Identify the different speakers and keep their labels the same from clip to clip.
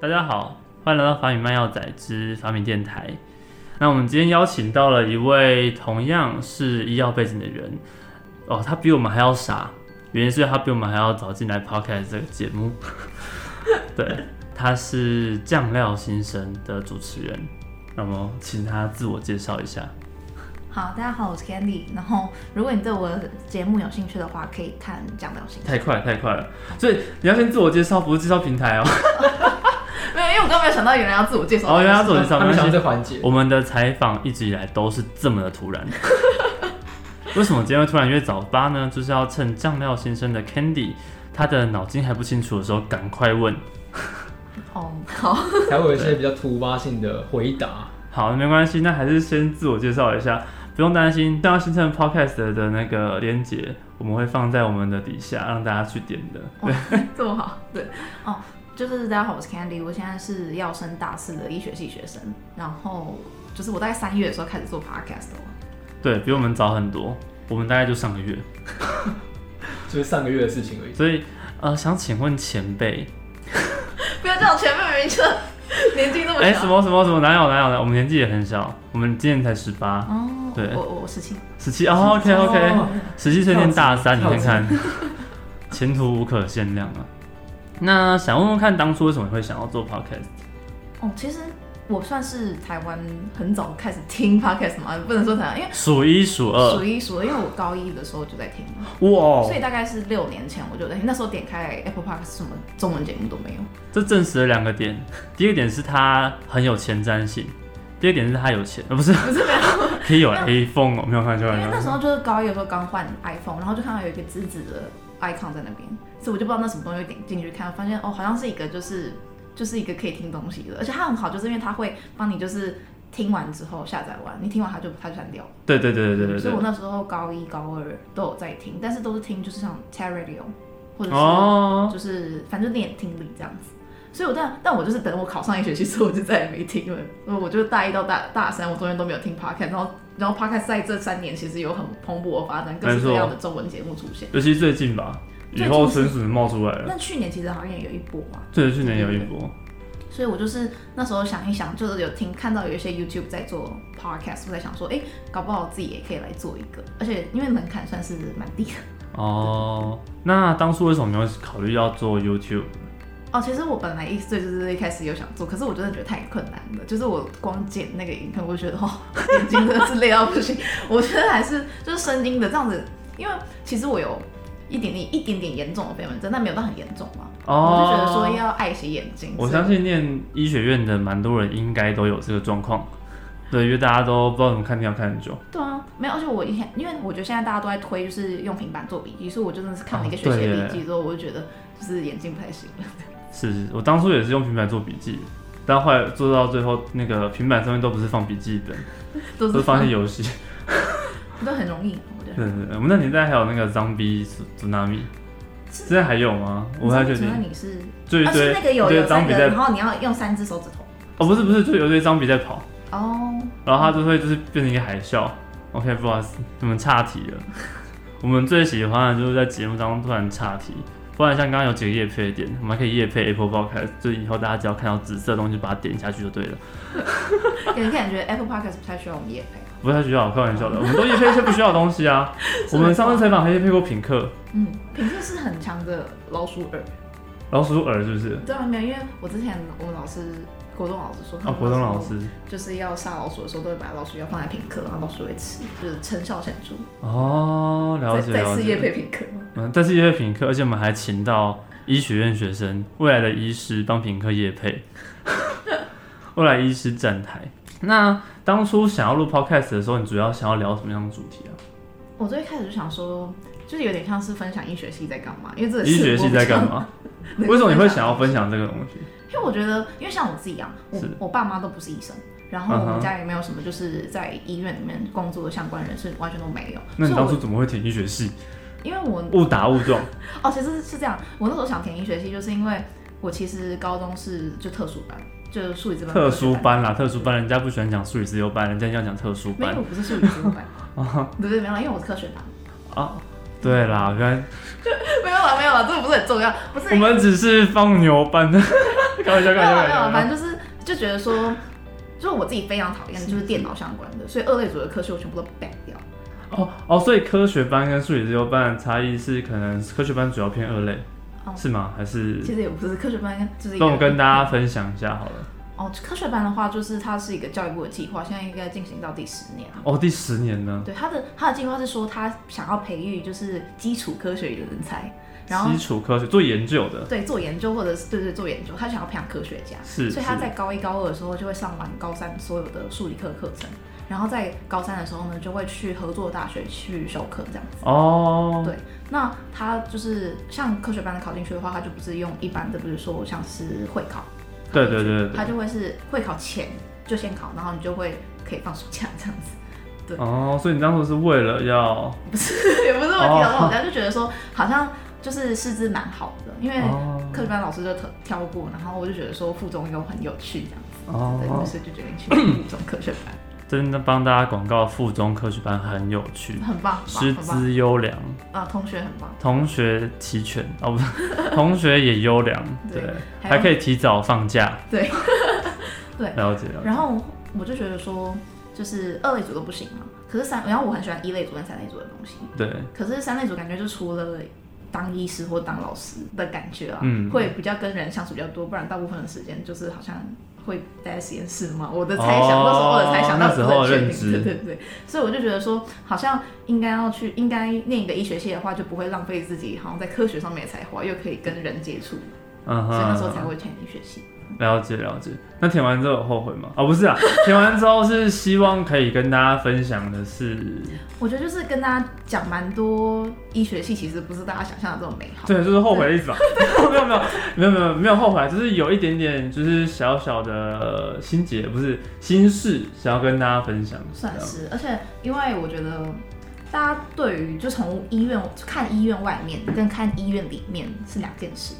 Speaker 1: 大家好，欢迎来到法米漫药仔之法米电台。那我们今天邀请到了一位同样是医药背景的人，哦，他比我们还要傻，原因是他比我们还要早进来 podcast 这个节目。 对，他是酱料新生的主持人，那么请他自我介绍一下。
Speaker 2: 好，大家好，我是 Candy。然后，如果你对我的节目有兴趣的话，可以看《酱料型》。
Speaker 1: 太快了太快了，所以你要先自我介绍，不是介绍平台哦。
Speaker 2: 没有，因为我刚没有想到原来要自我介绍。
Speaker 1: 哦，原来要自我介绍，
Speaker 3: 他
Speaker 1: 没关
Speaker 3: 们想
Speaker 1: 系
Speaker 3: 到这环节，
Speaker 1: 我们的采访一直以来都是这么的突 然。为什么今天会突然约早八呢？就是要趁酱料先生的 Candy 他的脑筋还不清楚的时候，赶快问。
Speaker 2: 哦，好，
Speaker 3: 才会有一些比较突发性的回答。
Speaker 1: 好，没关系，那还是先自我介绍一下，不用担心。酱料先生 Podcast 的那个链接，我们会放在我们的底下，让大家去点的。
Speaker 2: 这么好，对，哦，就是大家好，我是 Candy，我现在是要升大四的医学系学生。然后，就是我大概三月的时候开始做 podcast 的哦。
Speaker 1: 对比我们早很多，我们大概就上个月。
Speaker 3: 就是上个月的事情而已。
Speaker 1: 所以，呃，想请问前辈，
Speaker 2: 不要这样，前面明明就年纪那 么
Speaker 1: 哎、
Speaker 2: 小。
Speaker 1: 什么什么什么，哪有哪有哪有，我们年纪也很小，我们今年才十八、
Speaker 2: 哦，
Speaker 1: 对
Speaker 2: 我我我十七，
Speaker 1: 十七哦，OK OK，、
Speaker 3: 哦
Speaker 1: 十七岁念大三，你
Speaker 3: 跳
Speaker 1: 看
Speaker 3: 级
Speaker 1: 看， 前途无可限量啊。那想问问看，当初为什么会想要做 podcast？
Speaker 2: 哦，其实我算是台湾很早开始听 podcast 嘛，不能说台湾，因为呃
Speaker 1: 数一数
Speaker 2: 数
Speaker 1: 二，
Speaker 2: 一数二，因为我高一的时候就在听了。
Speaker 1: 哇哦
Speaker 2: 所，以大概是六年前我就哎在听，那时候点开 Apple Park 什么中文节目都没有。
Speaker 1: 这证实了两个点。第一个点是它很有前瞻性，第二点是它有钱，呃，不是，不是，可以 有 iPhone 哦，没有开玩笑，
Speaker 2: 因
Speaker 1: 开
Speaker 2: 为
Speaker 1: 玩
Speaker 2: 那
Speaker 1: 笑
Speaker 2: 时候就是高一的时候刚换 iPhone，然后就看到有一个紫紫的 icon 在那边，所以我就不知道那什么东西，点进去看，发现哦，好像是一个就是就是一个可以听东西的，而且它很好，就是因为它会帮你就是听完之后下载完，你听完它就它就删掉了。
Speaker 1: 对对对对对对
Speaker 2: 所以我
Speaker 1: 对。
Speaker 2: 那时候高一高二都有在听，但是都是听就是像 Ted Radio 或者是、
Speaker 1: 哦，
Speaker 2: 就是反正练听力这样子。所以我但但我就是等我考上一学期之后，我就再也没听了。我就大一到大大三，我中间都没有听 podcast，然后然后 podcast 在这三年其实有很蓬勃的发展，各
Speaker 1: 没
Speaker 2: 式
Speaker 1: 错
Speaker 2: 各样的中文节目出现。
Speaker 1: 尤其最近吧，雨
Speaker 2: 最近
Speaker 1: 后
Speaker 2: 是
Speaker 1: 春笋冒出来了。
Speaker 2: 那去年其实好像也有一波嘛，
Speaker 1: 对，去年有一波，
Speaker 2: 所以我就是那时候想一想，就是有听看到有一些 YouTube 在做 podcast，我在想说，哎、搞不好自己也可以来做一个，而且因为门槛算是蛮低的。
Speaker 1: 哦，那当初为什么没有考虑要做 YouTube？
Speaker 2: 哦，其实我本来一岁就是一开始有想做，可是我真的觉得太困难了。就是我光剪那个影片，我就觉得哦，眼睛真的是累到不行。我觉得还是就是声音的这样子，因为其实我有一点点一点点严重的飞蚊症，但没有到很严重嘛。我就觉得说要爱惜眼睛。
Speaker 1: 哦我
Speaker 2: 所以
Speaker 1: 相信念医学院的蛮多人应该都有这个状况，对，因为大家都不知道怎么看电脑看很久。
Speaker 2: 对啊，没有，而且我以前，因为我觉得现在大家都在推就是用平板做笔记，所以我真的是看了一个
Speaker 1: 哦
Speaker 2: 学习
Speaker 1: 对
Speaker 2: 的
Speaker 1: 耶
Speaker 2: 笔记之后，我就觉得就是眼睛不太行了。
Speaker 1: 是是，我当初也是用平板做笔记，但后来做到最后，那个平板上面都不是放笔记本，
Speaker 2: 都
Speaker 1: 都
Speaker 2: 是
Speaker 1: 是放一些游戏。
Speaker 2: 都很容易，我觉得。
Speaker 1: 对对对，我们那年代还有那个 Zombie Tsunami，现在还有吗？我不太确定
Speaker 2: 那。你是
Speaker 1: 就一
Speaker 2: 啊，是
Speaker 1: 堆
Speaker 2: 那个有
Speaker 1: 一堆
Speaker 2: 有三
Speaker 1: 脏
Speaker 2: 个，
Speaker 1: 笔在
Speaker 2: 然后你要用三只手指头。
Speaker 1: 哦，不是不是，就有一堆脏笔在跑，
Speaker 2: 哦，
Speaker 1: 然后它就会就是变成一个海啸。OK，不好意思，你们岔题 了。我们最喜欢的就是在节目当中突然岔题，不然像刚刚有几个夜配的点，我们还可以夜配 Apple Podcast，就以后大家只要看到紫色的东西，把它点下去就对了。
Speaker 2: 给人感觉 Apple Podcast 不太需要我们夜配。啊
Speaker 1: 不啊太需要，开玩笑 的，我们都夜配一些不需要的东西 啊。我们上次采访还夜配过品客、
Speaker 2: 嗯，品质是很强的老鼠耳。
Speaker 1: 老鼠耳，是不是？
Speaker 2: 对啊，没有，因为我之前我们老师国栋老师说，
Speaker 1: 啊，
Speaker 2: 他们
Speaker 1: 国栋老师。
Speaker 2: 就是要杀老鼠的时候，都会把老鼠药放在品客，然后老鼠会吃，就是成效显著。
Speaker 1: 哦，了解
Speaker 2: 再再
Speaker 1: 了
Speaker 2: 次夜
Speaker 1: 解。
Speaker 2: 配品客吗？
Speaker 1: 嗯，但是夜配品客，而且我们还请到医学院学生，未来的医师帮品客夜配，未来医师站台。那当初想要录 podcast 的时候，你主要想要聊什么样的主题啊？
Speaker 2: 我最开始就想说，就是有点像是分享医学系在干嘛，因为这个
Speaker 1: 医学系在干？嘛？为什么你会想要分享这个东西？
Speaker 2: 因为我觉得，因为像我自己啊，我
Speaker 1: 是
Speaker 2: 我爸妈都不是医生，然后我
Speaker 1: 嗯哼
Speaker 2: 们家也没有什么就是在医院里面工作的相关人士，完全都没有。
Speaker 1: 那你
Speaker 2: 所以
Speaker 1: 当
Speaker 2: 我
Speaker 1: 初怎么会填医学系？
Speaker 2: 因为我
Speaker 1: 误打误撞。
Speaker 2: 哦，其实是这样，我那时候想填医学系，就是因为我其实高中是就特殊班，就是数理资班。
Speaker 1: 特殊。班啦，特殊班，人家不喜欢讲数理自由班，人家要讲特殊
Speaker 2: 没有，
Speaker 1: 班哦
Speaker 2: 我不是数理资 班。对对，没有啦，因为我是科学班。
Speaker 1: 啊。对啦，原来
Speaker 2: 没有啦，没有啦，这个不是很重要，不是
Speaker 1: 我。们只是放牛班的， 开玩笑，开
Speaker 2: 没有啦
Speaker 1: 玩
Speaker 2: 没
Speaker 1: 笑，
Speaker 2: 有啦，
Speaker 1: 开玩
Speaker 2: 反
Speaker 1: 笑。
Speaker 2: 正就是就觉得说，就是我自己非常讨厌就是电脑相关的，所以二类组的科系我全部都 ban 掉。
Speaker 1: 哦哦，所以科学班跟数理自由班的差异是，可能科学班主要偏二类，
Speaker 2: 哦
Speaker 1: 是吗？还是
Speaker 2: 其实也不是科学班，就是一
Speaker 1: 跟我
Speaker 2: 个
Speaker 1: 跟大家分享一下好了。
Speaker 2: 哦，科学班的话就是它是一个教育部的计划，现在应该进行到第十年。
Speaker 1: 哦，第十年呢？
Speaker 2: 对，他的他的计划是说，他想要培育就是基础科学的人才，然后
Speaker 1: 基础科学做研究的，
Speaker 2: 对做研究或者是对对做研究，他想要培养科学家，
Speaker 1: 是
Speaker 2: 所以他在高一高二的时候就会上完高三所有的数理课课程，然后在高三的时候呢就会去合作大学去修课这样子。
Speaker 1: 哦，
Speaker 2: 对，那他就是像科学班的考进去的话，他就不是用一般的，比如说像是会考，
Speaker 1: 对对对对
Speaker 2: 他就会是会考前就先考，然后你就会可以放暑假这样子。
Speaker 1: 对，哦，所以你当初是为了要
Speaker 2: 也不是我提到
Speaker 1: 哦
Speaker 2: 我家就觉得说好像就是师资蛮好的，因为
Speaker 1: 哦
Speaker 2: 科学班老师就挑挑过，然后我就觉得说附中又很有趣这样子，对，
Speaker 1: 哦，
Speaker 2: 所以就决定去附中科学班，
Speaker 1: 真的帮大家广告，附中科学班很有趣，
Speaker 2: 很棒，
Speaker 1: 嗯师
Speaker 2: 很棒，很棒
Speaker 1: 资优良，
Speaker 2: 啊，同学很棒，
Speaker 1: 同学齐全哦，不是，同学也优良，
Speaker 2: 对
Speaker 1: 对，
Speaker 2: 还有
Speaker 1: 还可以提早放假，
Speaker 2: 对，对
Speaker 1: 了解了解，
Speaker 2: 然后我就觉得说就是二类组都不行嘛，可是三，然后我很喜欢一类组跟三类组的东西，
Speaker 1: 对，
Speaker 2: 可是三类组感觉就除了。当医师或当老师的感觉啊，
Speaker 1: 嗯
Speaker 2: 会比较跟人相处比较多，不然大部分的时间就是好像会待在实验室嘛。我的猜想，
Speaker 1: 哦
Speaker 2: 那时候我的猜想，
Speaker 1: 那
Speaker 2: 但
Speaker 1: 时
Speaker 2: 我不
Speaker 1: 候
Speaker 2: 能
Speaker 1: 的
Speaker 2: 确定
Speaker 1: 认知
Speaker 2: 对对对，所以我就觉得说，好像应该要去，应该念一个医学系的话，就不会浪费自己好像在科学上面的才华，又可以跟人接触，
Speaker 1: 嗯
Speaker 2: 所以那时候才
Speaker 1: 哼，
Speaker 2: 会填医学系。
Speaker 1: 了解了解。那填完之后有后悔吗？哦，不是 啊，填完之后是希望可以跟大家分享的是，
Speaker 2: 我觉得就是跟大家讲蛮多，医学系其实不是大家想象的这么美好。
Speaker 1: 对，就是后悔的意思吧？ 没有没有没有没有没有后悔，只是有一点点就是小小的心结，不是心事，想要跟大家分享。
Speaker 2: 算
Speaker 1: 这样
Speaker 2: 是，而且因为我觉得大家对于就从医院看医院外面跟看医院里面是两件事，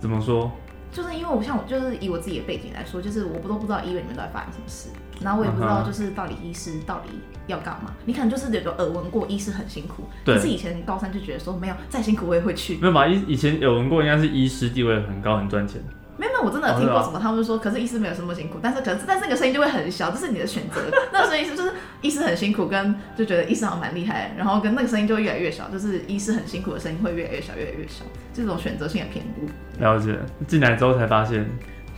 Speaker 1: 怎么说？
Speaker 2: 就是因为我像我就是以我自己的背景来说，就是我都不知道医院里面到底发生什么事，然后我也不知
Speaker 1: 嗯
Speaker 2: 道
Speaker 1: 哼
Speaker 2: 就是到底医师到底要干嘛，你可能就是有耳闻过医师很辛苦，
Speaker 1: 对
Speaker 2: 可是以前高三就觉得说没有再辛苦我也会去，
Speaker 1: 没有吧？以以前有闻过，应该是医师地位很高，很赚钱。
Speaker 2: 没有，没有，我真的
Speaker 1: 哦
Speaker 2: 有听
Speaker 1: 啊
Speaker 2: 过什么，他们说，可是医师没有什么辛苦，但是可是但是那个声音就会很小，这是你的选择。 那所以就是医师很辛苦，跟就觉得医生好像蛮厉害的，然后跟那个声音就会越来越小，就是医师很辛苦的声音会越来越小，越来越小，这种选择性的评估。
Speaker 1: 了解，进来之后才发现，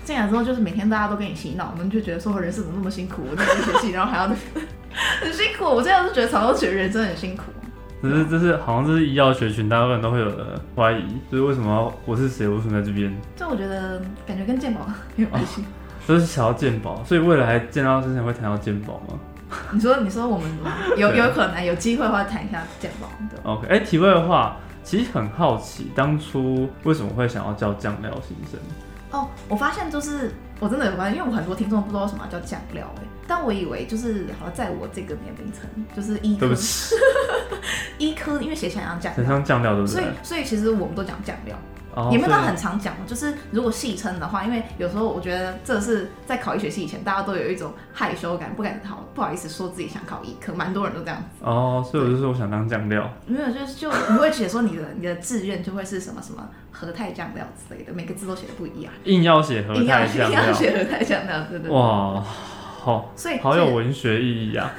Speaker 2: 进来之后就是每天大家都跟你洗脑，我们就觉得说人生怎么那么辛苦，我在医学系，然后还要 很辛苦，我现在都觉得常常都觉得人生很辛苦。
Speaker 1: 只是这是好像这是医药学群，大部分都会有的怀疑，就是为什么我是谁，我为什么在这边？
Speaker 2: 就我觉得感觉跟健保有关
Speaker 1: 哦
Speaker 2: 系。
Speaker 1: 都是想要健保，所以未来见到之前会谈到健保吗
Speaker 2: 你说你说我们有
Speaker 1: 对啊
Speaker 2: 有可能有机会的话谈一下健保，对。
Speaker 1: ？OK，哎、题外话，其实很好奇，当初为什么会想要叫酱料新生？
Speaker 2: 哦，我发现就是我真的有发现，因为我很多听众不知道什么叫酱料哎、但我以为就是好像在我这个年龄层，就是医
Speaker 1: 对不
Speaker 2: 科
Speaker 1: 起，
Speaker 2: 医科，因为写起来像酱
Speaker 1: 很
Speaker 2: 料，
Speaker 1: 像酱料，对不
Speaker 2: 所
Speaker 1: 对
Speaker 2: 以？所以其实我们都讲酱料，
Speaker 1: 哦
Speaker 2: 也没有到
Speaker 1: 所以
Speaker 2: 很常讲，就是如果戏称的话，因为有时候我觉得这是在考医学系以前，大家都有一种害羞感，不敢好不好意思说自己想考医科，蛮多人都这样子，
Speaker 1: 哦，所以我就说我想当酱料。
Speaker 2: 没有就是就你会写说你的你的志愿就会是什么什么和泰酱料之类的，每个字都写的不一样，
Speaker 1: 硬要写和
Speaker 2: 硬要
Speaker 1: 泰
Speaker 2: 硬
Speaker 1: 酱
Speaker 2: 要
Speaker 1: 料，
Speaker 2: 写和哎泰酱料，对对对，
Speaker 1: 哇，好
Speaker 2: 所以
Speaker 1: 好
Speaker 2: 所以
Speaker 1: 有文学意义啊！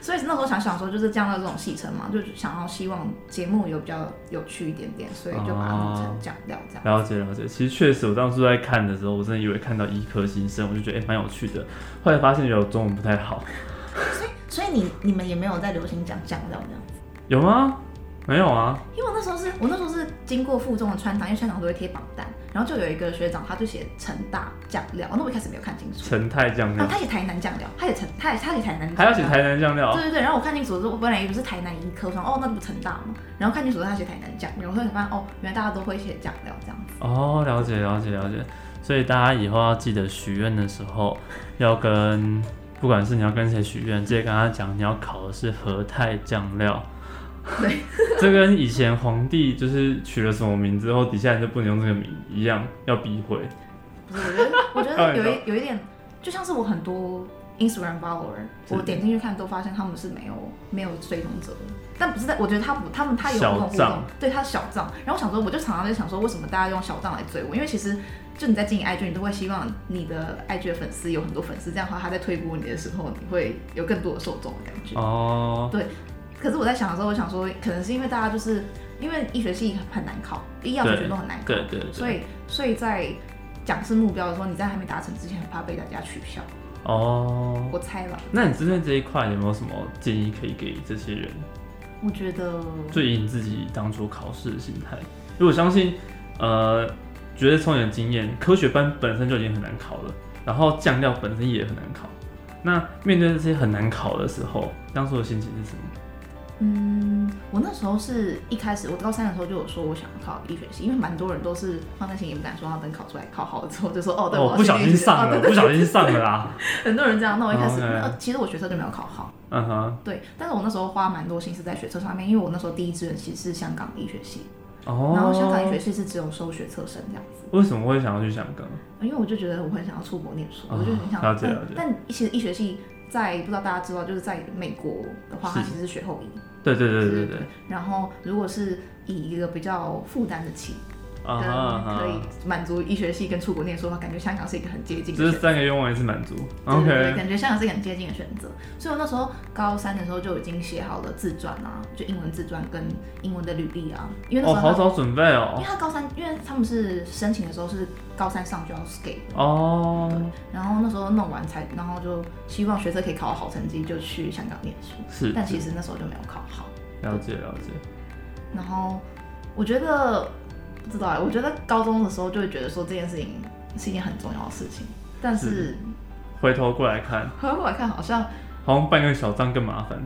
Speaker 2: 所以那时候想想说，就是酱料这种戏称嘛，就想要希望节目有比较有趣一点点，所以就把它弄成酱料这样。
Speaker 1: 了解了解，其实确实，我当初在看的时候，我真的以为看到医科新生，我就觉得哎蛮、有趣的。后来发现有中文不太好，
Speaker 2: 所以所以你你们也没有在流行讲酱料这样子，
Speaker 1: 有吗？没有啊，
Speaker 2: 因为我那时候是我那时候是经过附中的穿堂，因为穿堂都会贴榜单，然后就有一个学长他就写成大酱料，哦那我一开始没有看清楚，
Speaker 1: 陈泰酱
Speaker 2: 啊
Speaker 1: 料，
Speaker 2: 他写台南酱料，他写成他写他写台南酱料，
Speaker 1: 还要写台南哦酱料
Speaker 2: 对，对对，然后我看清楚之后，我本来以为是台南医科，我想哦，那不成大嘛。然后看清楚他写台南酱料，然后才发现哦，原来大家都会写酱料这样子。
Speaker 1: 哦，了解了解了解。所以大家以后要记得许愿的时候，要跟不管是你要跟谁许愿，直接跟他讲你要考的是和泰酱料。
Speaker 2: 对，
Speaker 1: 这跟以前皇帝就是取了什么名之后，底下人就不能用这个名一样，要避讳。啊
Speaker 2: 不是，我觉得我觉得有一有一点，就像是我很多 Instagram follower，
Speaker 1: 是
Speaker 2: 我点进去看都发现他们是没有没有追踪者的。但不是在，我觉得他不，他们他有
Speaker 1: 小
Speaker 2: 不同互动
Speaker 1: 账，
Speaker 2: 对他小账。然后我想说，我就常常在想说，为什么大家用小账来追我？因为其实就你在经营 IG，你都会希望你的 IG 的粉丝有很多粉丝，这样的话他在推播你的时候，你会有更多的受众的感觉。
Speaker 1: 哦，
Speaker 2: 可是我在想的时候，我想说，可能是因为大家就是因为医学系很难考，医药学
Speaker 1: 对
Speaker 2: 都很难考，
Speaker 1: 对对对，
Speaker 2: 所以所以在讲是目标的时候，你在还没达成之前，很怕被大家取笑。
Speaker 1: 哦，
Speaker 2: 我猜了，
Speaker 1: 那你针对这一块有没有什么建议可以给这些人？
Speaker 2: 我觉得
Speaker 1: 就以你自己当初考试的心态，因为我相信，呃，觉得从你的经验，科学班本身就已经很难考了，然后酱料本身也很难考。那面对这些很难考的时候，当初的心情是什么？
Speaker 2: 嗯，我那时候是一开始，我高三的时候就有说我想要考医学系，因为蛮多人都是放在心里不敢说，要等考出来考好了之后就说哦，对，我要
Speaker 1: 不
Speaker 2: 去
Speaker 1: 小
Speaker 2: 医
Speaker 1: 心
Speaker 2: 学系
Speaker 1: 上
Speaker 2: 哦
Speaker 1: 了，
Speaker 2: 对
Speaker 1: 不小心上了啦。
Speaker 2: 很多人这样。那我一开始、
Speaker 1: 哦，OK
Speaker 2: 呃其实我学测就没有考好，
Speaker 1: 嗯哼，
Speaker 2: 对，但是我那时候花蛮多心思在学测上面，因为我那时候第一志愿其实是香港医学系，
Speaker 1: 哦，
Speaker 2: 然后香港医学系是只有收学测生这样子。
Speaker 1: 为什么会想要去香港？
Speaker 2: 因为我就觉得我很想要出国念书，
Speaker 1: 哦
Speaker 2: 我就很想。
Speaker 1: 了解
Speaker 2: 但
Speaker 1: 了解
Speaker 2: 但其实医学系在不知道大家知道，就是在美国的话，
Speaker 1: 是
Speaker 2: 它其实是学后医。
Speaker 1: 对对对
Speaker 2: 是
Speaker 1: 对对，
Speaker 2: 然后如果是以一个比较负担得起，
Speaker 1: 啊哈啊
Speaker 2: 跟
Speaker 1: 哈，
Speaker 2: 可以满足医学系跟出国念书的话，感觉香港是一个很接近的
Speaker 1: 这
Speaker 2: 选
Speaker 1: 是
Speaker 2: 择。
Speaker 1: 三个愿望也是满足。
Speaker 2: 对对对，
Speaker 1: OK，
Speaker 2: 感觉香港是一个很接近的选择，所以我那时候高三的时候就已经写好了自传啊，就英文自传跟英文的履历啊，因为那
Speaker 1: 哦，
Speaker 2: 时候
Speaker 1: 好
Speaker 2: 他、
Speaker 1: 早准备
Speaker 2: 因为
Speaker 1: 哦。
Speaker 2: 他高三，因为他们是申请的时候是高三上就要 skate，
Speaker 1: 哦，
Speaker 2: 然后那时候弄完才，然后就希望学测可以考好成绩，就去香港念书。
Speaker 1: 是
Speaker 2: 但其实那时候就没有考好。
Speaker 1: 了解了解。
Speaker 2: 然后我觉得不知道哎，我觉得高中的时候就会觉得说这件事情是一件很重要的事情，但是
Speaker 1: 回头过来看，
Speaker 2: 回过来看好像
Speaker 1: 好像办个小账更麻 烦。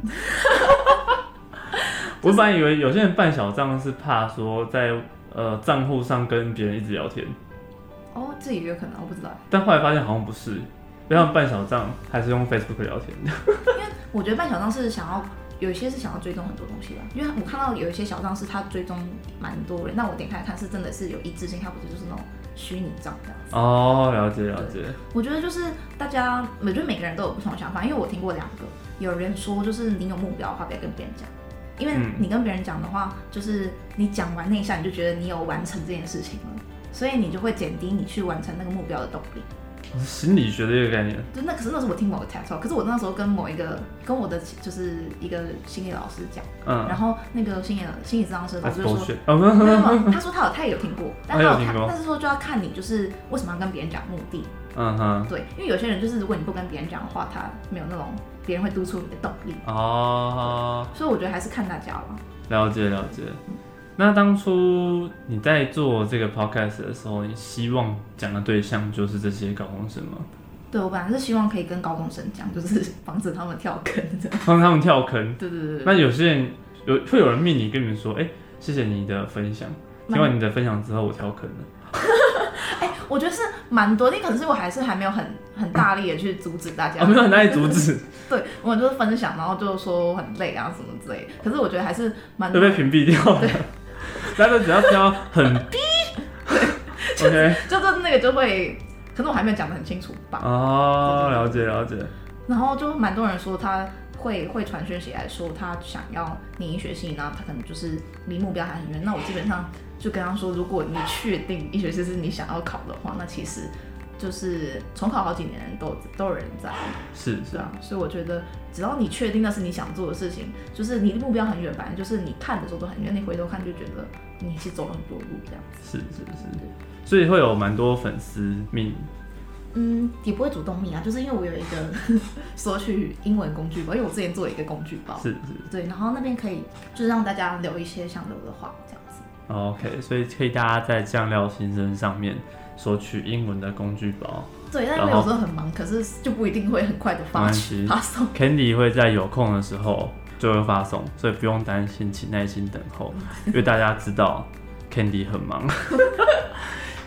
Speaker 1: 我本来以为有些人办小账是怕说在呃账户上跟别人一直聊天，
Speaker 2: 哦这也有可能，我不知道哎。
Speaker 1: 但后来发现好像不是，因为他们办小账还是用 Facebook 聊天
Speaker 2: 嗯
Speaker 1: 的。
Speaker 2: 我觉得办小账是想要。有一些是想要追踪很多东西吧，因为我看到有一些小账是他追踪蛮多人，那我点开来看是真的是有一致性，它不是就是那种虚拟账这样子。
Speaker 1: 哦，了解了解，
Speaker 2: 我觉得就是大家，我觉得每个人都有不同的想法，因为我听过两个，有人说就是你有目标的话，不要跟别人讲，因为
Speaker 1: 嗯
Speaker 2: 你跟别人讲的话，就是你讲完那一下，你就觉得你有完成这件事情了，所以你就会减低你去完成那个目标的动力。
Speaker 1: 心理学的一个概念。
Speaker 2: 就那可是那是我听某个 TED Talk，可是我那时候跟某一个跟我的就是一个心理老师讲，
Speaker 1: 嗯
Speaker 2: 然后那个心理心理治疗师老
Speaker 1: ，That's
Speaker 2: 师就说，
Speaker 1: bullshit。
Speaker 2: 没有
Speaker 1: 哦，
Speaker 2: 没有他说他有他也有听过，但
Speaker 1: 他
Speaker 2: 他
Speaker 1: 有
Speaker 2: 有
Speaker 1: 听
Speaker 2: 看
Speaker 1: 过，
Speaker 2: 但是说就要看你就是为什么要跟别人讲目的。
Speaker 1: 嗯哼，
Speaker 2: 对，因为有些人就是如果你不跟别人讲的话，他没有那种别人会督促你的动力，
Speaker 1: 哦，
Speaker 2: 所以我觉得还是看大家吧。
Speaker 1: 了解了解。那当初你在做这个 podcast 的时候，你希望讲的对象就是这些高中生吗？
Speaker 2: 对我本来是希望可以跟高中生讲，就是防止他们跳坑这样。
Speaker 1: 帮他们跳坑。
Speaker 2: 对对对对
Speaker 1: 那有些人有会有人命你跟你们说，哎、谢谢你的分享，
Speaker 2: 蛮
Speaker 1: 听完你的分享之后我跳坑了。
Speaker 2: 哎、我觉得是蛮多的，可能是我还是还没有很很大力的去阻止大家。
Speaker 1: 啊，没有很难以阻 止，
Speaker 2: 对，我就是分享，然后就说很累啊什么之类的。可是我觉得还是蛮
Speaker 1: 会
Speaker 2: 多
Speaker 1: 被屏蔽掉的。 大家都只要挑 很 OK
Speaker 2: 就是那个就会，可能我还没有讲的很清楚吧。
Speaker 1: 哦，了解了解，
Speaker 2: 然后就蛮多人说他会会传讯息来说他想要念医学系，然后他可能就是离目标还很远。那我基本上就跟他说，如果你确定医学系是你想要考的话，那其实就是重考好几年的人都都有人在，
Speaker 1: 是
Speaker 2: 是
Speaker 1: 是
Speaker 2: 啊。所以我觉得只要你确定那是你想做的事情，就是离目标很远，反正就是你看的时候都很远，你回头看就觉得你是走了很多路这样。
Speaker 1: 是是是，所以会有蛮多粉丝命
Speaker 2: 嗯，也不会主动密啊，就是因为我有一个 索取英文工具包，因为我之前做了一个工具包，
Speaker 1: 是是
Speaker 2: 对，然后那边可以就是让大家留一些想留的话，这样子。
Speaker 1: OK，所以可以大家在酱料新生上面索取英文的工具包。
Speaker 2: 对，但因
Speaker 1: 然
Speaker 2: 为
Speaker 1: 后
Speaker 2: 有时候很忙，可是就不一定会很快的
Speaker 1: 没
Speaker 2: 发
Speaker 1: 关系
Speaker 2: 发送。
Speaker 1: Candy 会在有空的时候就会发送，所以不用担心，请耐心等候，因为大家知道 Candy 很忙，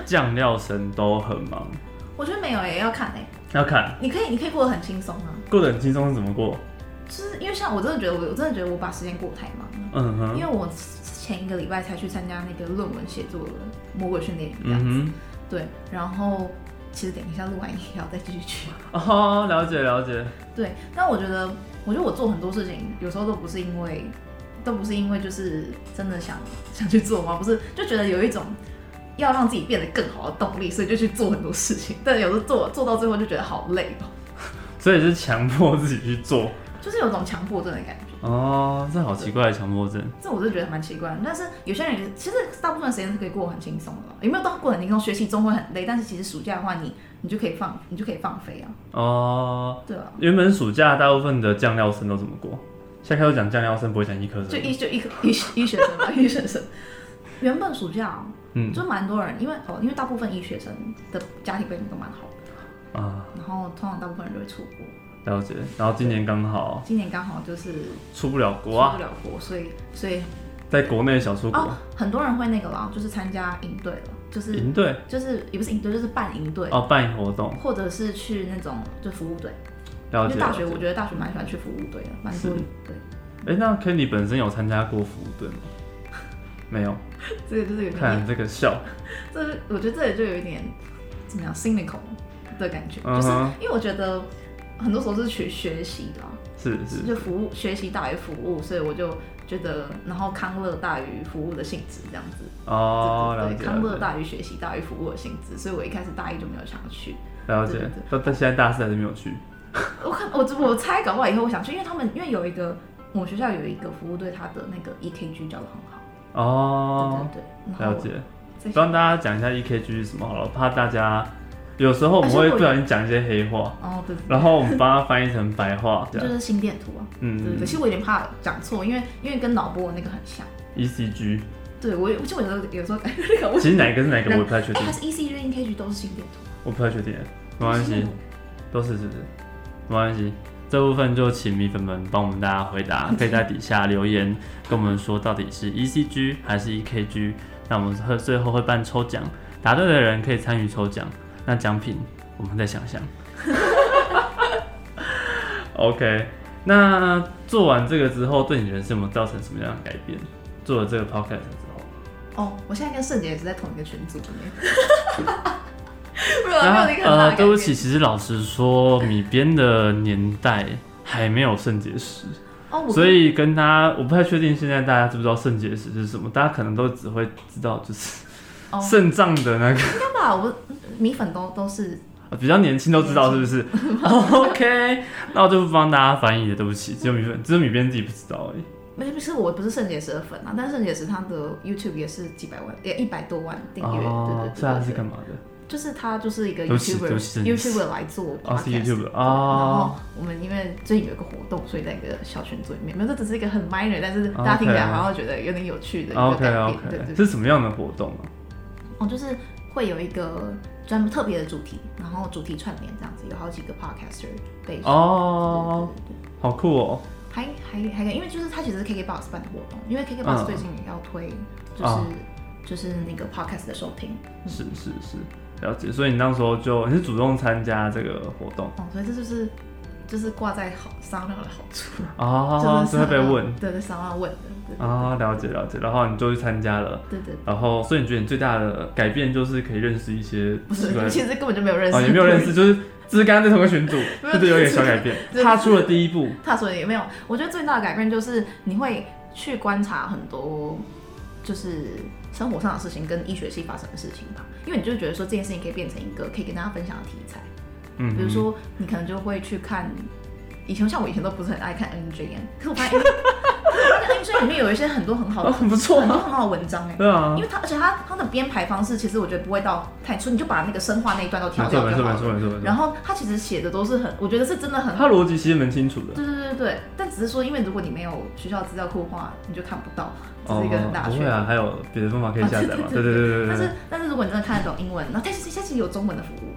Speaker 1: 酱料神都很忙。
Speaker 2: 我觉得没有也、要看诶、
Speaker 1: 要看
Speaker 2: 你可以你可以过得很轻松啊，
Speaker 1: 过得很轻松是怎么过？
Speaker 2: 就是因为像我真的觉得我我真的觉得我把时间过得太忙了，
Speaker 1: 嗯哼，
Speaker 2: 因为我前一个礼嗯拜才去参加那个论文写作的魔鬼训练营这样子
Speaker 1: 嗯
Speaker 2: 对，然后其实等一下录完也要再继续去。
Speaker 1: 哦，了解了解，
Speaker 2: 对，但我觉得，我觉得我做很多事情，有时候都不是因为，都不是因为就是真的想想去做嘛，不是就觉得有一种要让自己变得更好的动力，所以就去做很多事情。 但有时候做做到最后就觉得好累哦，
Speaker 1: 所以是强迫自己去做。
Speaker 2: 就是有种强迫症的感觉。
Speaker 1: 哦，这好奇怪的强迫症。
Speaker 2: 这我就觉得蛮奇怪的。但是有些人其实大部分时间是可以过得很轻松的嘛，也没有到过得很轻松。学习中会很累，但是其实暑假的话你，你就可以放，你就可以放飞啊，
Speaker 1: 哦，
Speaker 2: 对啊，
Speaker 1: 原本暑假大部分的酱料生都怎么过？现在开始讲酱料生，不会讲医科
Speaker 2: 就
Speaker 1: 生。
Speaker 2: 一就一个医医学生嘛，医学生。原本暑假、哦。
Speaker 1: 嗯
Speaker 2: 就蛮多人，因为哦，因为大部分医学生的家庭背景都蛮好的，
Speaker 1: 啊，
Speaker 2: 然后通常大部分人就会出国。
Speaker 1: 了解。然后今年刚好
Speaker 2: 今年刚好就是
Speaker 1: 出不了
Speaker 2: 出
Speaker 1: 国啊
Speaker 2: 不，了国，所以所以
Speaker 1: 在国内小出国
Speaker 2: 哦，很多人会那个啦，就是参加营队了，就是
Speaker 1: 营队
Speaker 2: 就是也不是营队，就是办营队，
Speaker 1: 哦，办活动，
Speaker 2: 或者是去那种就服务队。
Speaker 1: 了
Speaker 2: 因
Speaker 1: 解。
Speaker 2: 为大学
Speaker 1: 了解
Speaker 2: 我觉得大学蛮喜欢去服务队的，蛮多
Speaker 1: 是
Speaker 2: 对，
Speaker 1: 哎、那 Kelly 本身有参加过服务队 吗？没有，
Speaker 2: 这个就是有点，
Speaker 1: 看这个笑，
Speaker 2: 这是我觉得这里就有一点怎么样 cynical 的感觉，
Speaker 1: 嗯
Speaker 2: 就是
Speaker 1: 哼
Speaker 2: 因为我觉得很多时候是去学习啊啦，
Speaker 1: 是是，
Speaker 2: 就服务学习大于服务，所以我就觉得，然后康乐大于服务的性质这样子。
Speaker 1: 哦，了
Speaker 2: 对
Speaker 1: 解
Speaker 2: 康乐
Speaker 1: 了解
Speaker 2: 大于学习大于服务的性质，所以我一开始大一就没有想要去。
Speaker 1: 了
Speaker 2: 对
Speaker 1: 解
Speaker 2: 对，
Speaker 1: 但但现在大四还是没有去，
Speaker 2: 我看我我猜搞不好以后我想去，因为他们因为有一个我们学校有一个服务队，他的那个 EKG 教的很好。
Speaker 1: 哦，
Speaker 2: 对对对，然
Speaker 1: 了
Speaker 2: 后
Speaker 1: 解。
Speaker 2: 再
Speaker 1: 帮大家讲一下 EKG 是什么好了，怕大家有时候我们
Speaker 2: 而且我
Speaker 1: 会
Speaker 2: 有
Speaker 1: 不小心讲一些黑话，
Speaker 2: 哦对对
Speaker 1: 然后我们帮它翻译成白话，这
Speaker 2: 对，就
Speaker 1: 样，
Speaker 2: 是心电图啊。对对
Speaker 1: 嗯
Speaker 2: 对，其实我有点怕讲错，因为因为跟脑波那个很像。
Speaker 1: ，ECG，
Speaker 2: 对我有，其实我有时候有时候 感觉搞不
Speaker 1: ，E 其
Speaker 2: 清
Speaker 1: 实哪一个是哪一个我也不太确
Speaker 2: 哎，
Speaker 1: 定
Speaker 2: 它，是 ECG、EKG 都是心电图。
Speaker 1: 我不太确定，没关系，都是是是，没关系。这部分就请米粉们帮我们大家回 答，可以在底下留言跟我们说到底是 ECG 还是 EKG。那我们会最后会办抽奖，答对的人可以参与抽奖。那奖品我们再想 想。OK，那做完这个之后，对你人生有没有造成什么样的改变？做了这个 podcast 之后，
Speaker 2: 哦，我现在跟盛姐也是在同一个群组里面。 没有
Speaker 1: 然
Speaker 2: 啊，
Speaker 1: 后
Speaker 2: 没有那个很大的
Speaker 1: 呃，
Speaker 2: 改
Speaker 1: 对不
Speaker 2: 变
Speaker 1: 起，其实老实说，米编的年代还没有肾结石。
Speaker 2: 哦，我
Speaker 1: 所以跟他，我不太确定现在大家知不知道肾结石是什么，大家可能都只会知道就是
Speaker 2: 哦
Speaker 1: 肾脏的那个，
Speaker 2: 看吧，我米粉都都是
Speaker 1: 比较年轻都知道是不是 ？OK，那我就不帮大家翻译了，对不起，只有米粉，只有米编自己不知道而已。
Speaker 2: 没不是我不是圣洁石的粉啊，但圣洁石他的 YouTube 也是几百万，也一百多万订阅，对对
Speaker 1: 所以他哦
Speaker 2: 对
Speaker 1: 是
Speaker 2: 对
Speaker 1: 干
Speaker 2: 对，
Speaker 1: 嘛的？
Speaker 2: 就是他就是一个
Speaker 1: 对不起对不
Speaker 2: YouTuber
Speaker 1: 起真的是
Speaker 2: YouTuber 来做 podcast，
Speaker 1: 哦，是 YouTube
Speaker 2: 然
Speaker 1: 哦
Speaker 2: 后，我们因为最近有一个活动，所以在一个小群组里面，没有，这只是一个很 minor，但是大家听起来
Speaker 1: OK
Speaker 2: 好像觉得有点有趣的一个改
Speaker 1: OK
Speaker 2: 变
Speaker 1: OK，
Speaker 2: 对对对，
Speaker 1: 是什么样的活动啊？
Speaker 2: 哦，就是会有一个专门特别的主题，然后主题串联这样子，有好几个 podcaster 被选
Speaker 1: 哦，
Speaker 2: 对对对对
Speaker 1: 好酷哦，
Speaker 2: 还还还可以，因为就是它其实是 KKBOX 办的活动，因为
Speaker 1: 嗯
Speaker 2: KKBOX 最近也要推，就是、
Speaker 1: 啊
Speaker 2: 就是那个 podcast 的收听，
Speaker 1: 是是是，了解。所以你那时候就你是主动参加这个活动
Speaker 2: 哦，所以这就是就是挂在好商量的好处，
Speaker 1: 哦，
Speaker 2: 就是
Speaker 1: 会被
Speaker 2: 商量
Speaker 1: 问
Speaker 2: 对对，商量问的，对对
Speaker 1: 啊，了解了解，然后你就去参加了。
Speaker 2: 对对，
Speaker 1: 然后，所以你觉得你最大的改变就是可以认识一些
Speaker 2: 不
Speaker 1: 奇怪
Speaker 2: 是，
Speaker 1: 的
Speaker 2: 其实根本就没有认识，
Speaker 1: 哦，也没有认识，，就是就是刚刚在同一个群组，
Speaker 2: 没有
Speaker 1: 就是有点小改变，
Speaker 2: 对
Speaker 1: 踏出了第一步。
Speaker 2: 他说也没有，我觉得最大的改变就是你会去观察很多，就是生活上的事情跟医学系发生的事情吧，因为你就觉得说这件事情可以变成一个可以跟大家分享的题材。
Speaker 1: 嗯，
Speaker 2: 比如说，你可能就会去看，以前像我以前都不是很爱看 NGN，可是我发 现 NGN 里面有一些很多很好
Speaker 1: 哦，
Speaker 2: 的、
Speaker 1: 很不错
Speaker 2: 很多
Speaker 1: 啊，
Speaker 2: 很好的 文章哎、
Speaker 1: 对啊
Speaker 2: 因，为它而且它它的编排方式，其实我觉得不会到太粗，你就把那个生化那一段都
Speaker 1: 没
Speaker 2: 挑
Speaker 1: 错
Speaker 2: 掉
Speaker 1: 没
Speaker 2: 就
Speaker 1: 错
Speaker 2: 好
Speaker 1: 没
Speaker 2: 了。
Speaker 1: 错没错没错，
Speaker 2: 然后它其实写的都是很，我觉得是真的很
Speaker 1: 它逻辑其实蛮清楚的。
Speaker 2: 对对对对，但只是说，因为如果你没有学校资料库的话，你就看不到，这是一个很大
Speaker 1: 不
Speaker 2: 的缺
Speaker 1: 会
Speaker 2: 点。
Speaker 1: 啊，还有别的方法可以
Speaker 2: 啊
Speaker 1: 下载嘛？对
Speaker 2: 对
Speaker 1: 对
Speaker 2: 对
Speaker 1: 对对
Speaker 2: 但
Speaker 1: 对
Speaker 2: 是。但是如果你真的看得懂英文，那但是它其实有中文的服务，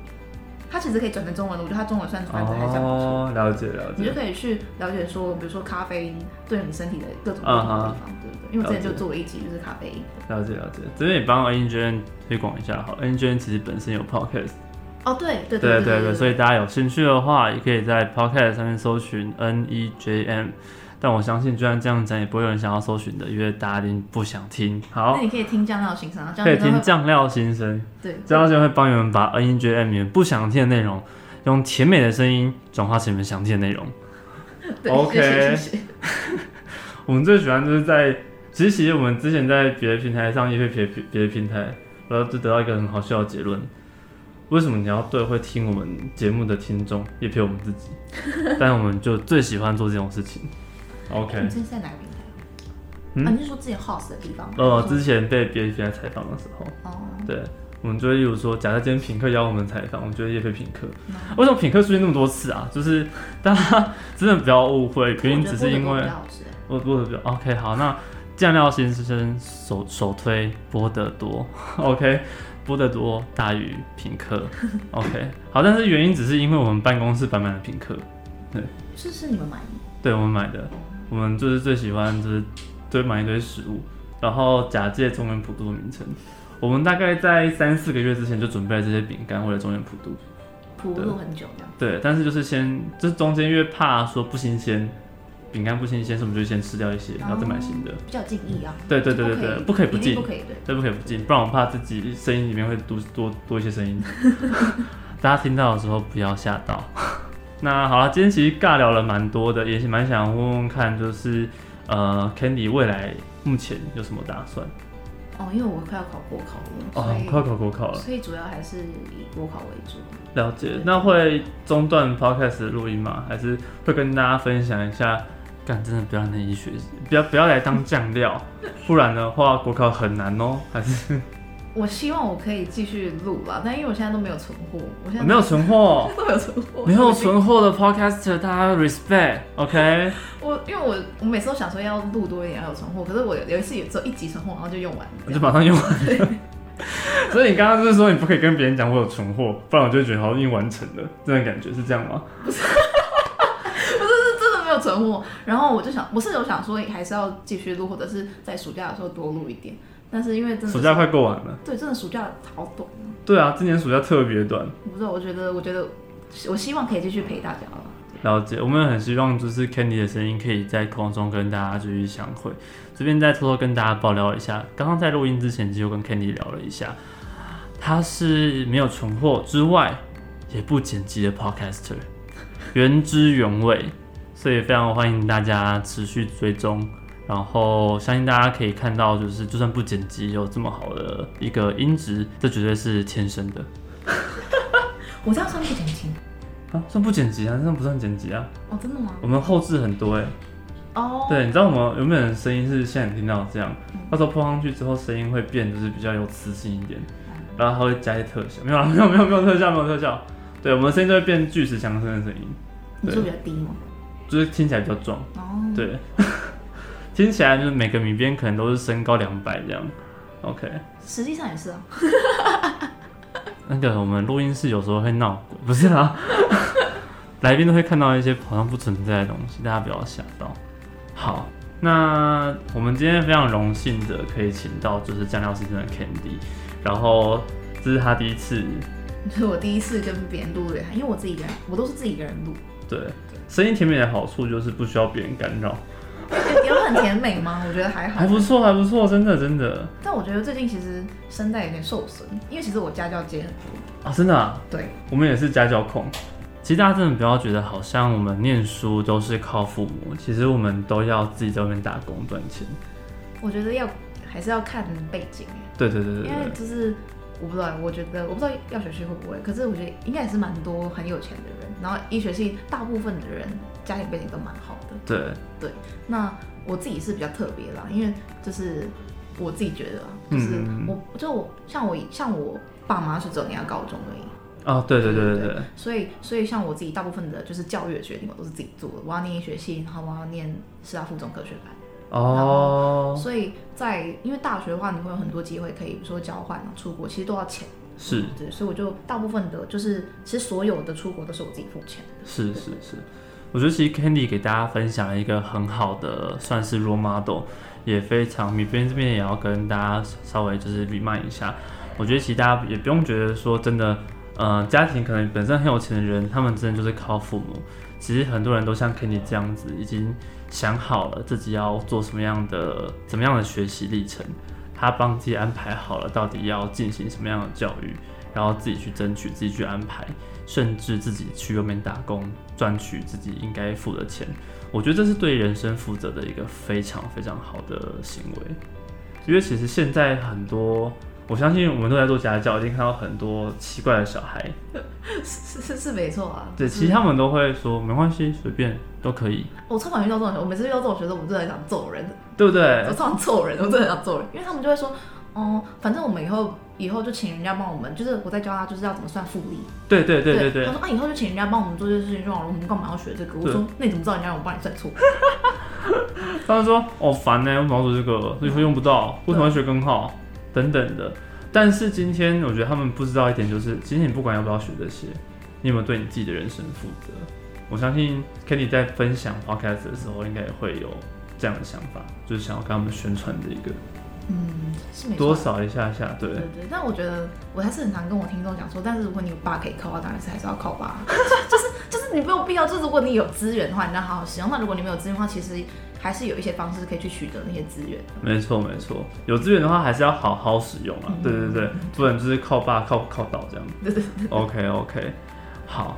Speaker 2: 它其实可以转成中文的，我觉得它中文算翻的还算不错。
Speaker 1: 哦，了解了
Speaker 2: 你就
Speaker 1: 解，
Speaker 2: 可以去了解说，比如说咖啡因对你身体的各种不同的地方对不对？因为我之
Speaker 1: 啊
Speaker 2: 前就做了一集就是咖啡因的。
Speaker 1: 了解了解。这边也帮 NGN 推广一下好了，NGN 其实本身有 podcast，
Speaker 2: 哦，对 对
Speaker 1: 对对
Speaker 2: 对对
Speaker 1: 对，所以大家有兴趣的话，也可以在 Podcast 上面搜寻 N E J M，但我相信，就算这样讲，也不会有人想要搜寻的，因为大家一定不想听。好
Speaker 2: 那，你可以听酱料欣赏，然后
Speaker 1: 可以听
Speaker 2: 会
Speaker 1: 酱料心声，
Speaker 2: 对，
Speaker 1: 酱料心声会帮你们把 N E J M 你们不想听的内容，用甜美的声音转化成你们想听的内容。
Speaker 2: 对
Speaker 1: OK
Speaker 2: 谢谢谢谢
Speaker 1: 我们最喜欢就是在，其实其实我们之前在别的平台上，因为别别的平台，然后就得到一个很好笑的结论：为什么你要对会听我们节目的听众，也陪我们自己？但我们就最喜欢做这种事情。OK，
Speaker 2: 你这是在哪个平台？
Speaker 1: 嗯
Speaker 2: 啊，你是说自己 host 的地方吗？
Speaker 1: 呃，
Speaker 2: 是
Speaker 1: 之前被别的平台采访的时候，
Speaker 2: 哦，
Speaker 1: 对，我们就会例如说，假设今天品客邀我们采访，我们就会夜配品客。
Speaker 2: 嗯
Speaker 1: 为什么品客出现那么多次啊？就是大家 真的不要误会，
Speaker 2: 可是
Speaker 1: 原
Speaker 2: 我
Speaker 1: 因
Speaker 2: 觉
Speaker 1: 只
Speaker 2: 得
Speaker 1: 是因
Speaker 2: 波
Speaker 1: 为
Speaker 2: 德比较好吃欸
Speaker 1: 我波的比较 OK 好，那酱料先生首首推波德多 OK，波德多大于品客 OK 好，但是原因只是因为我们办公室摆满了品客，
Speaker 2: 是是你们买的吗？
Speaker 1: 对我们买的，我们就是最喜欢就是堆满一堆食物，然后假借中原普渡的名称，我们大概在三四个月之前就准备了这些饼干或者中原普渡，
Speaker 2: 铺
Speaker 1: 对
Speaker 2: 路很久这样。
Speaker 1: 对，但是就是先这中间因为怕说不新鲜，饼干不新鲜，所以我们就先吃掉一些，然后再买新的。
Speaker 2: 比较敬意啊。
Speaker 1: 对对对对对不可以不
Speaker 2: 一定
Speaker 1: 敬
Speaker 2: 不可以对。
Speaker 1: 对，不可以不进，不然我怕自己声音里面会多多多一些声音。 大家听到的时候不要吓到。 那好了，今天其实尬聊了蛮多的，也是蛮想问问看，就是呃，Candy 未来目前有什么打算？
Speaker 2: 哦，因为我快要考国考了，
Speaker 1: 哦，
Speaker 2: 所以、
Speaker 1: 快要考国考了，
Speaker 2: 所以主要还是以国考为主。
Speaker 1: 了解。那会中断 Podcast 的录音吗？还是会跟大家分享一下？干，真的不要来医学，不要不要来当酱料，不然的话国考很难哦。还是
Speaker 2: 我希望我可以继续录啦，但因为我现在都没有存货，我现在
Speaker 1: 哦没有存货。
Speaker 2: 都没有存货，
Speaker 1: 没有存货的 podcaster，大家 respect，OK？、
Speaker 2: 我因为我我每次都想说要录多一点，要有存货，可是我有有一次也只有一集存货，然后就用完
Speaker 1: 我
Speaker 2: 了。
Speaker 1: 就马上用 完。所以你刚刚就是说你不可以跟别人讲我有存货，不然我就觉得好像已经完成了，这种感觉是这样吗？
Speaker 2: 是真的没有存货，然后我就想，我是有想说还是要继续录，或者是在暑假的时候多录一点，但是因为真的是
Speaker 1: 暑假快过完了，
Speaker 2: 对，真的暑假好短啊，
Speaker 1: 对啊，今年暑假特别短。
Speaker 2: 我不知道，我觉得我觉得我希望可以继续陪大家了。
Speaker 1: 了解，我们很希望就是 Candy 的声音可以在空中跟大家继续相会。这边再偷偷跟大家爆料一下，刚刚在录音之前就跟 Candy 聊了一下，他是没有存货之外，也不剪辑的 Podcaster，原汁原味，所以非常欢迎大家持续追踪。然后相信大家可以看到，就是就算不剪辑，有这么好的一个音质，这绝对是天生的
Speaker 2: 我这样算不减轻
Speaker 1: 啊！算不剪辑啊，那不算剪辑啊，
Speaker 2: 哦，真的吗？
Speaker 1: 我们后置很多哎、
Speaker 2: 哦，
Speaker 1: 对，你知道我们原本的声音是现在你听到的这样，到时候碰上去之后声音会变，就是比较有磁性一点，然后它会加一些特效，没有啦，啊没有没有没有特效，没有特效，对，我们的声音就会变巨石强森的声音，
Speaker 2: 你说比较低吗？
Speaker 1: 就是听起来比较壮，
Speaker 2: 哦，
Speaker 1: 对， 听起来就是每个米边可能都是身高两百这样，OK，
Speaker 2: 实际上也是啊。
Speaker 1: 那个我们录音室有时候会闹鬼，不是啦， 来宾都会看到一些好像不存在的东西，大家不要吓到。好，那我们今天非常荣幸的可以请到就是酱料先生的 Candy，然后这是他第一次，
Speaker 2: 就是我第一次跟别人录的，因为我自己一个人，我都是自己一个人录。
Speaker 1: 对，声音甜美的好处就是不需要别人干扰，
Speaker 2: 有很甜美吗？ 我觉得还好
Speaker 1: 还。不错，还不错，真的真的
Speaker 2: 但我觉得最近其实声带有点受损，因为其实我家教接很多。
Speaker 1: 啊，真的啊、
Speaker 2: 对，
Speaker 1: 我们也是家教控。其实大家真的不要觉得好像我们念书都是靠父母，其实我们都要自己在外面打工赚钱。
Speaker 2: 我觉得要还是要看背景，
Speaker 1: 对对对对
Speaker 2: 因
Speaker 1: 对。
Speaker 2: 为就是我不知道，我觉得我不知道药学系会不会，可是我觉得应该也是蛮多很有钱的人，然后医学系大部分的人家庭背景都蛮好的。
Speaker 1: 对，
Speaker 2: 那我自己是比较特别啦，因为就是我自己觉得啦，啊就是
Speaker 1: 嗯
Speaker 2: 我就我像我像我爸妈是只有念到高中而已，
Speaker 1: 哦，对对对对对，
Speaker 2: 所以所以像我自己大部分的就是教育的决定我都是自己做的，我要念医学系，然后我要念师大附中科学班，
Speaker 1: 哦，
Speaker 2: 所以在因为大学的话，你会有很多机会可以，比如说交换啊、出国，其实都要钱，
Speaker 1: 是
Speaker 2: 对，所以我就大部分的就是其实所有的出国都是我自己付 钱，
Speaker 1: 是是是，我觉得其实 Candy 给大家分享了一个很好的算是 role model，也非常米边这边也要跟大家稍微就是 remind 一下，我觉得其实大家也不用觉得说真的，呃，家庭可能本身很有钱的人，他们真的就是靠父母，其实很多人都像 Kenny 这样子，已经想好了自己要做什么样的、怎么样的学习历程，他帮自己安排好了到底要进行什么样的教育，然后自己去争取、自己去安排，甚至自己去外面打工赚取自己应该付的钱。我觉得这是对人生负责的一个非常非常好的行为，因为其实现在很多。我相信我们都在做家教，已经看到很多奇怪的小孩，
Speaker 2: 是是是没错啊。
Speaker 1: 对，其实他们都会说没关系，随便都可以，
Speaker 2: 我超常遇到这种学生，我每次遇到这种学生，我真的很想揍人，
Speaker 1: 对不对
Speaker 2: 我？超想揍人，我真的很想揍人，因为他们就会说，哦、反正我们以后以后就请人家帮我们，就是我在教他就是要怎么算复利，
Speaker 1: 对对对对对
Speaker 2: 他，说啊，以后就请人家帮我们做这件事情就好了，我们干嘛要学这个？我
Speaker 1: 对
Speaker 2: 说那你怎么知道人家有帮你算错？
Speaker 1: 他们说哦烦呢、我为什么要做这个？以后用不到，为什么要学根号等等的。但是今天我觉得他们不知道一点，就是今天你不管要不要学这些，你有没有对你自己的人生负责？我相信 Kenny 在分享 Podcast 的时候，应该也会有这样的想法，就是想要跟他们宣传这一个
Speaker 2: 嗯，是没错
Speaker 1: 多
Speaker 2: 啊。
Speaker 1: 少一下下，对
Speaker 2: 对对，但我觉得我还是很常跟我听众讲说，但是如果你有爸可以靠啊，当然是还是要靠爸， 就是就是你没有必要，就是如果你有资源的话，你要好好使用。那如果你没有资源的话，其实还是有一些方式可以去取得那些资源。
Speaker 1: 没错没错，有资源的话还是要好好使用啊。
Speaker 2: 嗯
Speaker 1: 对对对，不能就是靠爸靠靠倒这样。
Speaker 2: 对对
Speaker 1: OK OK，好，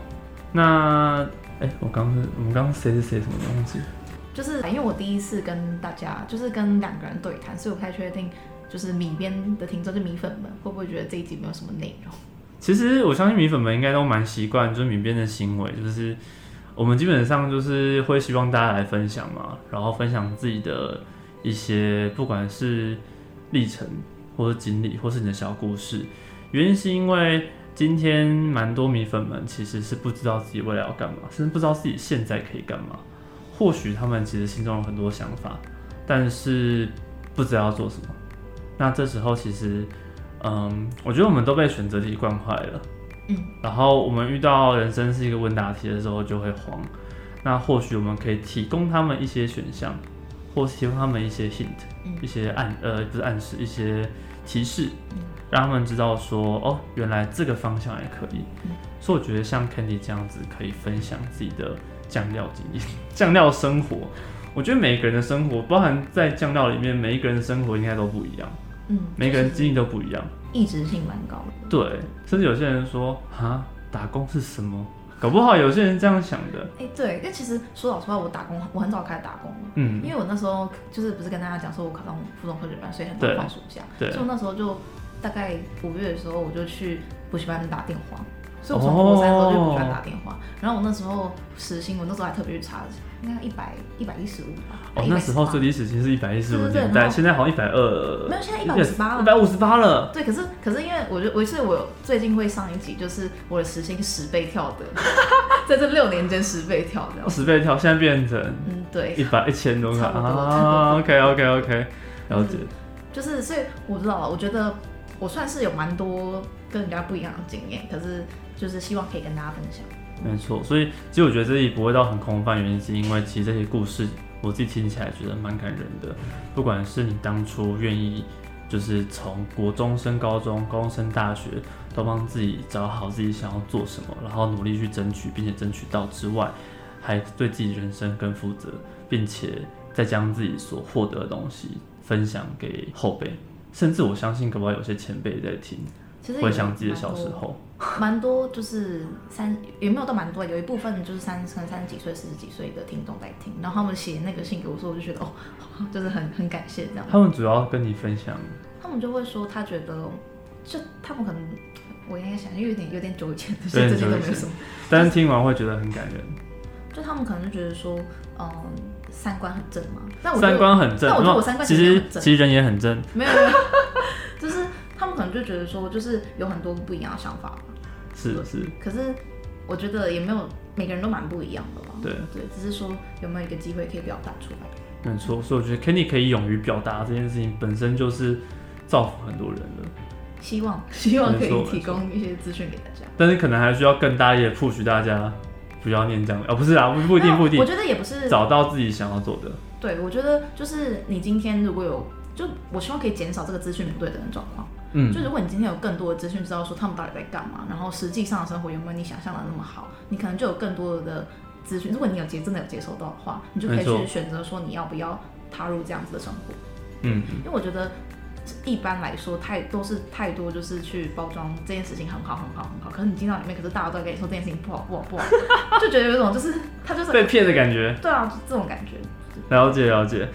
Speaker 1: 那哎、我刚是我们刚刚谁是谁什么东西？
Speaker 2: 就是啊因为我第一次跟大家，就是跟两个人对谈，所以我不太确定，就是米边的听众，就米粉们会不会觉得这一集没有什么内容？
Speaker 1: 其实我相信米粉们应该都蛮习惯，就是米边的行为，就是我们基本上就是会希望大家来分享嘛，然后分享自己的一些不管是历程，或是经历，或是你的小故事。原因是因为今天蛮多米粉们其实是不知道自己未来要干嘛，甚至不知道自己现在可以干嘛。或许他们其实心中有很多想法，但是不知道要做什么。那这时候其实，嗯，我觉得我们都被选择题惯坏了。
Speaker 2: 嗯，
Speaker 1: 然后我们遇到人生是一个问答题的时候就会慌。那或许我们可以提供他们一些选项，或提供他们一些 hint，、
Speaker 2: 嗯
Speaker 1: 一些暗呃不是暗示，一些提示，
Speaker 2: 嗯
Speaker 1: 让他们知道说哦，原来这个方向也可以。
Speaker 2: 嗯
Speaker 1: 所以我觉得像 Candy 这样子可以分享自己的酱料经验、 酱料生活。我觉得每个人的生活，包含在酱料里面，每一个人的生活应该都不一样，
Speaker 2: 嗯，
Speaker 1: 每个人经历都不一样。
Speaker 2: 一直性蛮高的。
Speaker 1: 对，甚至有些人说啊，打工是什么？搞不好有些人这样想的。
Speaker 2: 哎、对，但其实说老实话，我打工，我很早开始打工了。
Speaker 1: 嗯
Speaker 2: 因为我那时候就是不是跟大家讲说我考上附中科学班，所以很早
Speaker 1: 对
Speaker 2: 放暑假，所
Speaker 1: 对
Speaker 2: 以我那时候就大概五月的时候我就去补习班打电话，所以我从高三的时候就去补习班打电话，
Speaker 1: 哦
Speaker 2: 然后我那时候时薪我那时候还特别去查，应该一百一百一十五吧，
Speaker 1: 哦，那时候最
Speaker 2: 118
Speaker 1: 低时薪是一百一十
Speaker 2: 对
Speaker 1: 五
Speaker 2: 对对
Speaker 1: 年
Speaker 2: 然
Speaker 1: 代，
Speaker 2: 后
Speaker 1: 现在好像一百二，
Speaker 2: 没有现在158了
Speaker 1: 一百五十八了。
Speaker 2: 对，可是可是因为我就我是我最近会上一集，就是我的时薪十倍跳 的，在这六年间十倍跳的，
Speaker 1: 十倍跳，现在变成
Speaker 2: 嗯，对，
Speaker 1: 一百一千多块
Speaker 2: 差不多
Speaker 1: 啊！OK OK OK，了解。
Speaker 2: 就是，所以我不知道，我觉得我算是有蛮多跟人家不一样的经验，可是就是希望可以跟大家分享。
Speaker 1: 没错，所以其实我觉得这里不会到很空泛，原因是因为其实这些故事我自己听起来觉得蛮感人的。不管是你当初愿意，就是从国中升高中、高中升大学，都帮自己找好自己想要做什么，然后努力去争取，并且争取到之外，还对自己人生更负责，并且再将自己所获得的东西分享给后辈，甚至我相信，搞不好有些前辈在听，
Speaker 2: 其实
Speaker 1: 回想自己的小时，候。
Speaker 2: 蛮多就是三也没有到蛮多，有一部分就是三可能三十几岁、四十几岁的听众在听，然后他们写那个信给我说，我就觉得哦，就是很很感谢这样。
Speaker 1: 他们主要跟你分享
Speaker 2: 他们就会说，他觉得就他们可能我应该想，因为有点有点久以前的事，
Speaker 1: 对
Speaker 2: 最近都
Speaker 1: 久以
Speaker 2: 没有
Speaker 1: 前
Speaker 2: 什么。
Speaker 1: 但是听完会觉得很感人，
Speaker 2: 就他们可能觉得说，嗯，三观很正嘛。但我觉得
Speaker 1: 三观很正。
Speaker 2: 但我觉得我三观
Speaker 1: 其
Speaker 2: 其实
Speaker 1: 实
Speaker 2: 很正
Speaker 1: 其实人也很正，
Speaker 2: 没有，没有，就是他们可能就觉得说，就是有很多不一样的想法吧。
Speaker 1: 是是，
Speaker 2: 可是我觉得也没有每个人都蛮不一样的吧。
Speaker 1: 对，
Speaker 2: 对，只是说有没有一个机会可以表达出来。
Speaker 1: 没错。所以我觉得 Kenny 可以勇于表达这件事情，本身就是造福很多人了。
Speaker 2: 希望希望可
Speaker 1: 没错
Speaker 2: 以提供一些资讯给大家。
Speaker 1: 但是可能还需要更大力的 push 大家不要念这样，哦，不是啊，不不一定
Speaker 2: 那
Speaker 1: 不一
Speaker 2: 我
Speaker 1: 定，
Speaker 2: 觉得也不是。
Speaker 1: 找到自己想要做的。
Speaker 2: 对，我觉得就是你今天如果有，就我希望可以减少这个资讯不对等的状况。
Speaker 1: 嗯
Speaker 2: 就，如果你今天有更多的资讯，知道说他们到底在干嘛，然后实际上的生活有没有你想象的那么好，你可能就有更多的资讯，如果你有接真的有接收到的话，你就可以
Speaker 1: 没错
Speaker 2: 去选择说你要不要踏入这样子的生活。
Speaker 1: 嗯，
Speaker 2: 因为我觉得一般来说太都是太多，就是去包装这件事情很好很好很好，可是你进到里面，可是大家都在跟你说这件事情不好不好不好，就觉得有一种就是他就是
Speaker 1: 被骗的感觉。
Speaker 2: 对啊，就这种感觉。
Speaker 1: 了解了解。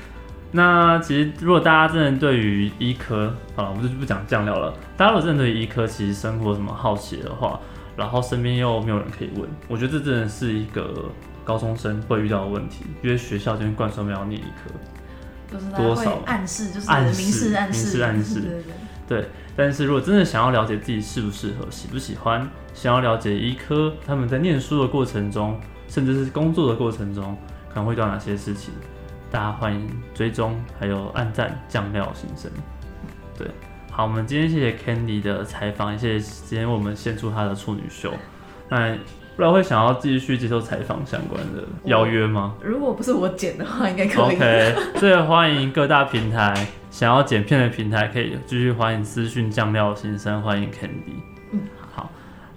Speaker 1: 那其实如果大家真的对于医科，好了，我们就不讲酱料了。大家如果真的对于医科其实生活有什么好奇的话，然后身边又没有人可以问，我觉得这真的是一个高中生会遇到的问题，因为学校就会灌输没有念医科。
Speaker 2: 就是他
Speaker 1: 多
Speaker 2: 会
Speaker 1: 少
Speaker 2: 暗示，就是
Speaker 1: 暗
Speaker 2: 明示
Speaker 1: 示
Speaker 2: 暗示
Speaker 1: 明示暗示
Speaker 2: 对对对。
Speaker 1: 但是如果真的想要了解自己适不适合、喜不喜欢，想要了解医科他们在念书的过程中，甚至是工作的过程中，可能会遇到哪些事情，大家欢迎追踪，还有按赞酱料先生。对，好，我们今天谢谢 Candy 的采访，也谢谢今天为我们献出她的处女秀。那不然会想要继续接受采访相关的邀约吗？
Speaker 2: 如果不是我剪的话，应该
Speaker 1: 哦
Speaker 2: 可以。
Speaker 1: OK，所以欢迎各大平台想要剪片的平台可以继续欢迎私讯酱料先生，欢迎 Candy。
Speaker 2: 嗯，
Speaker 1: 好，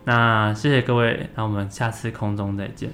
Speaker 1: 那谢谢各位，那我们下次空中再见，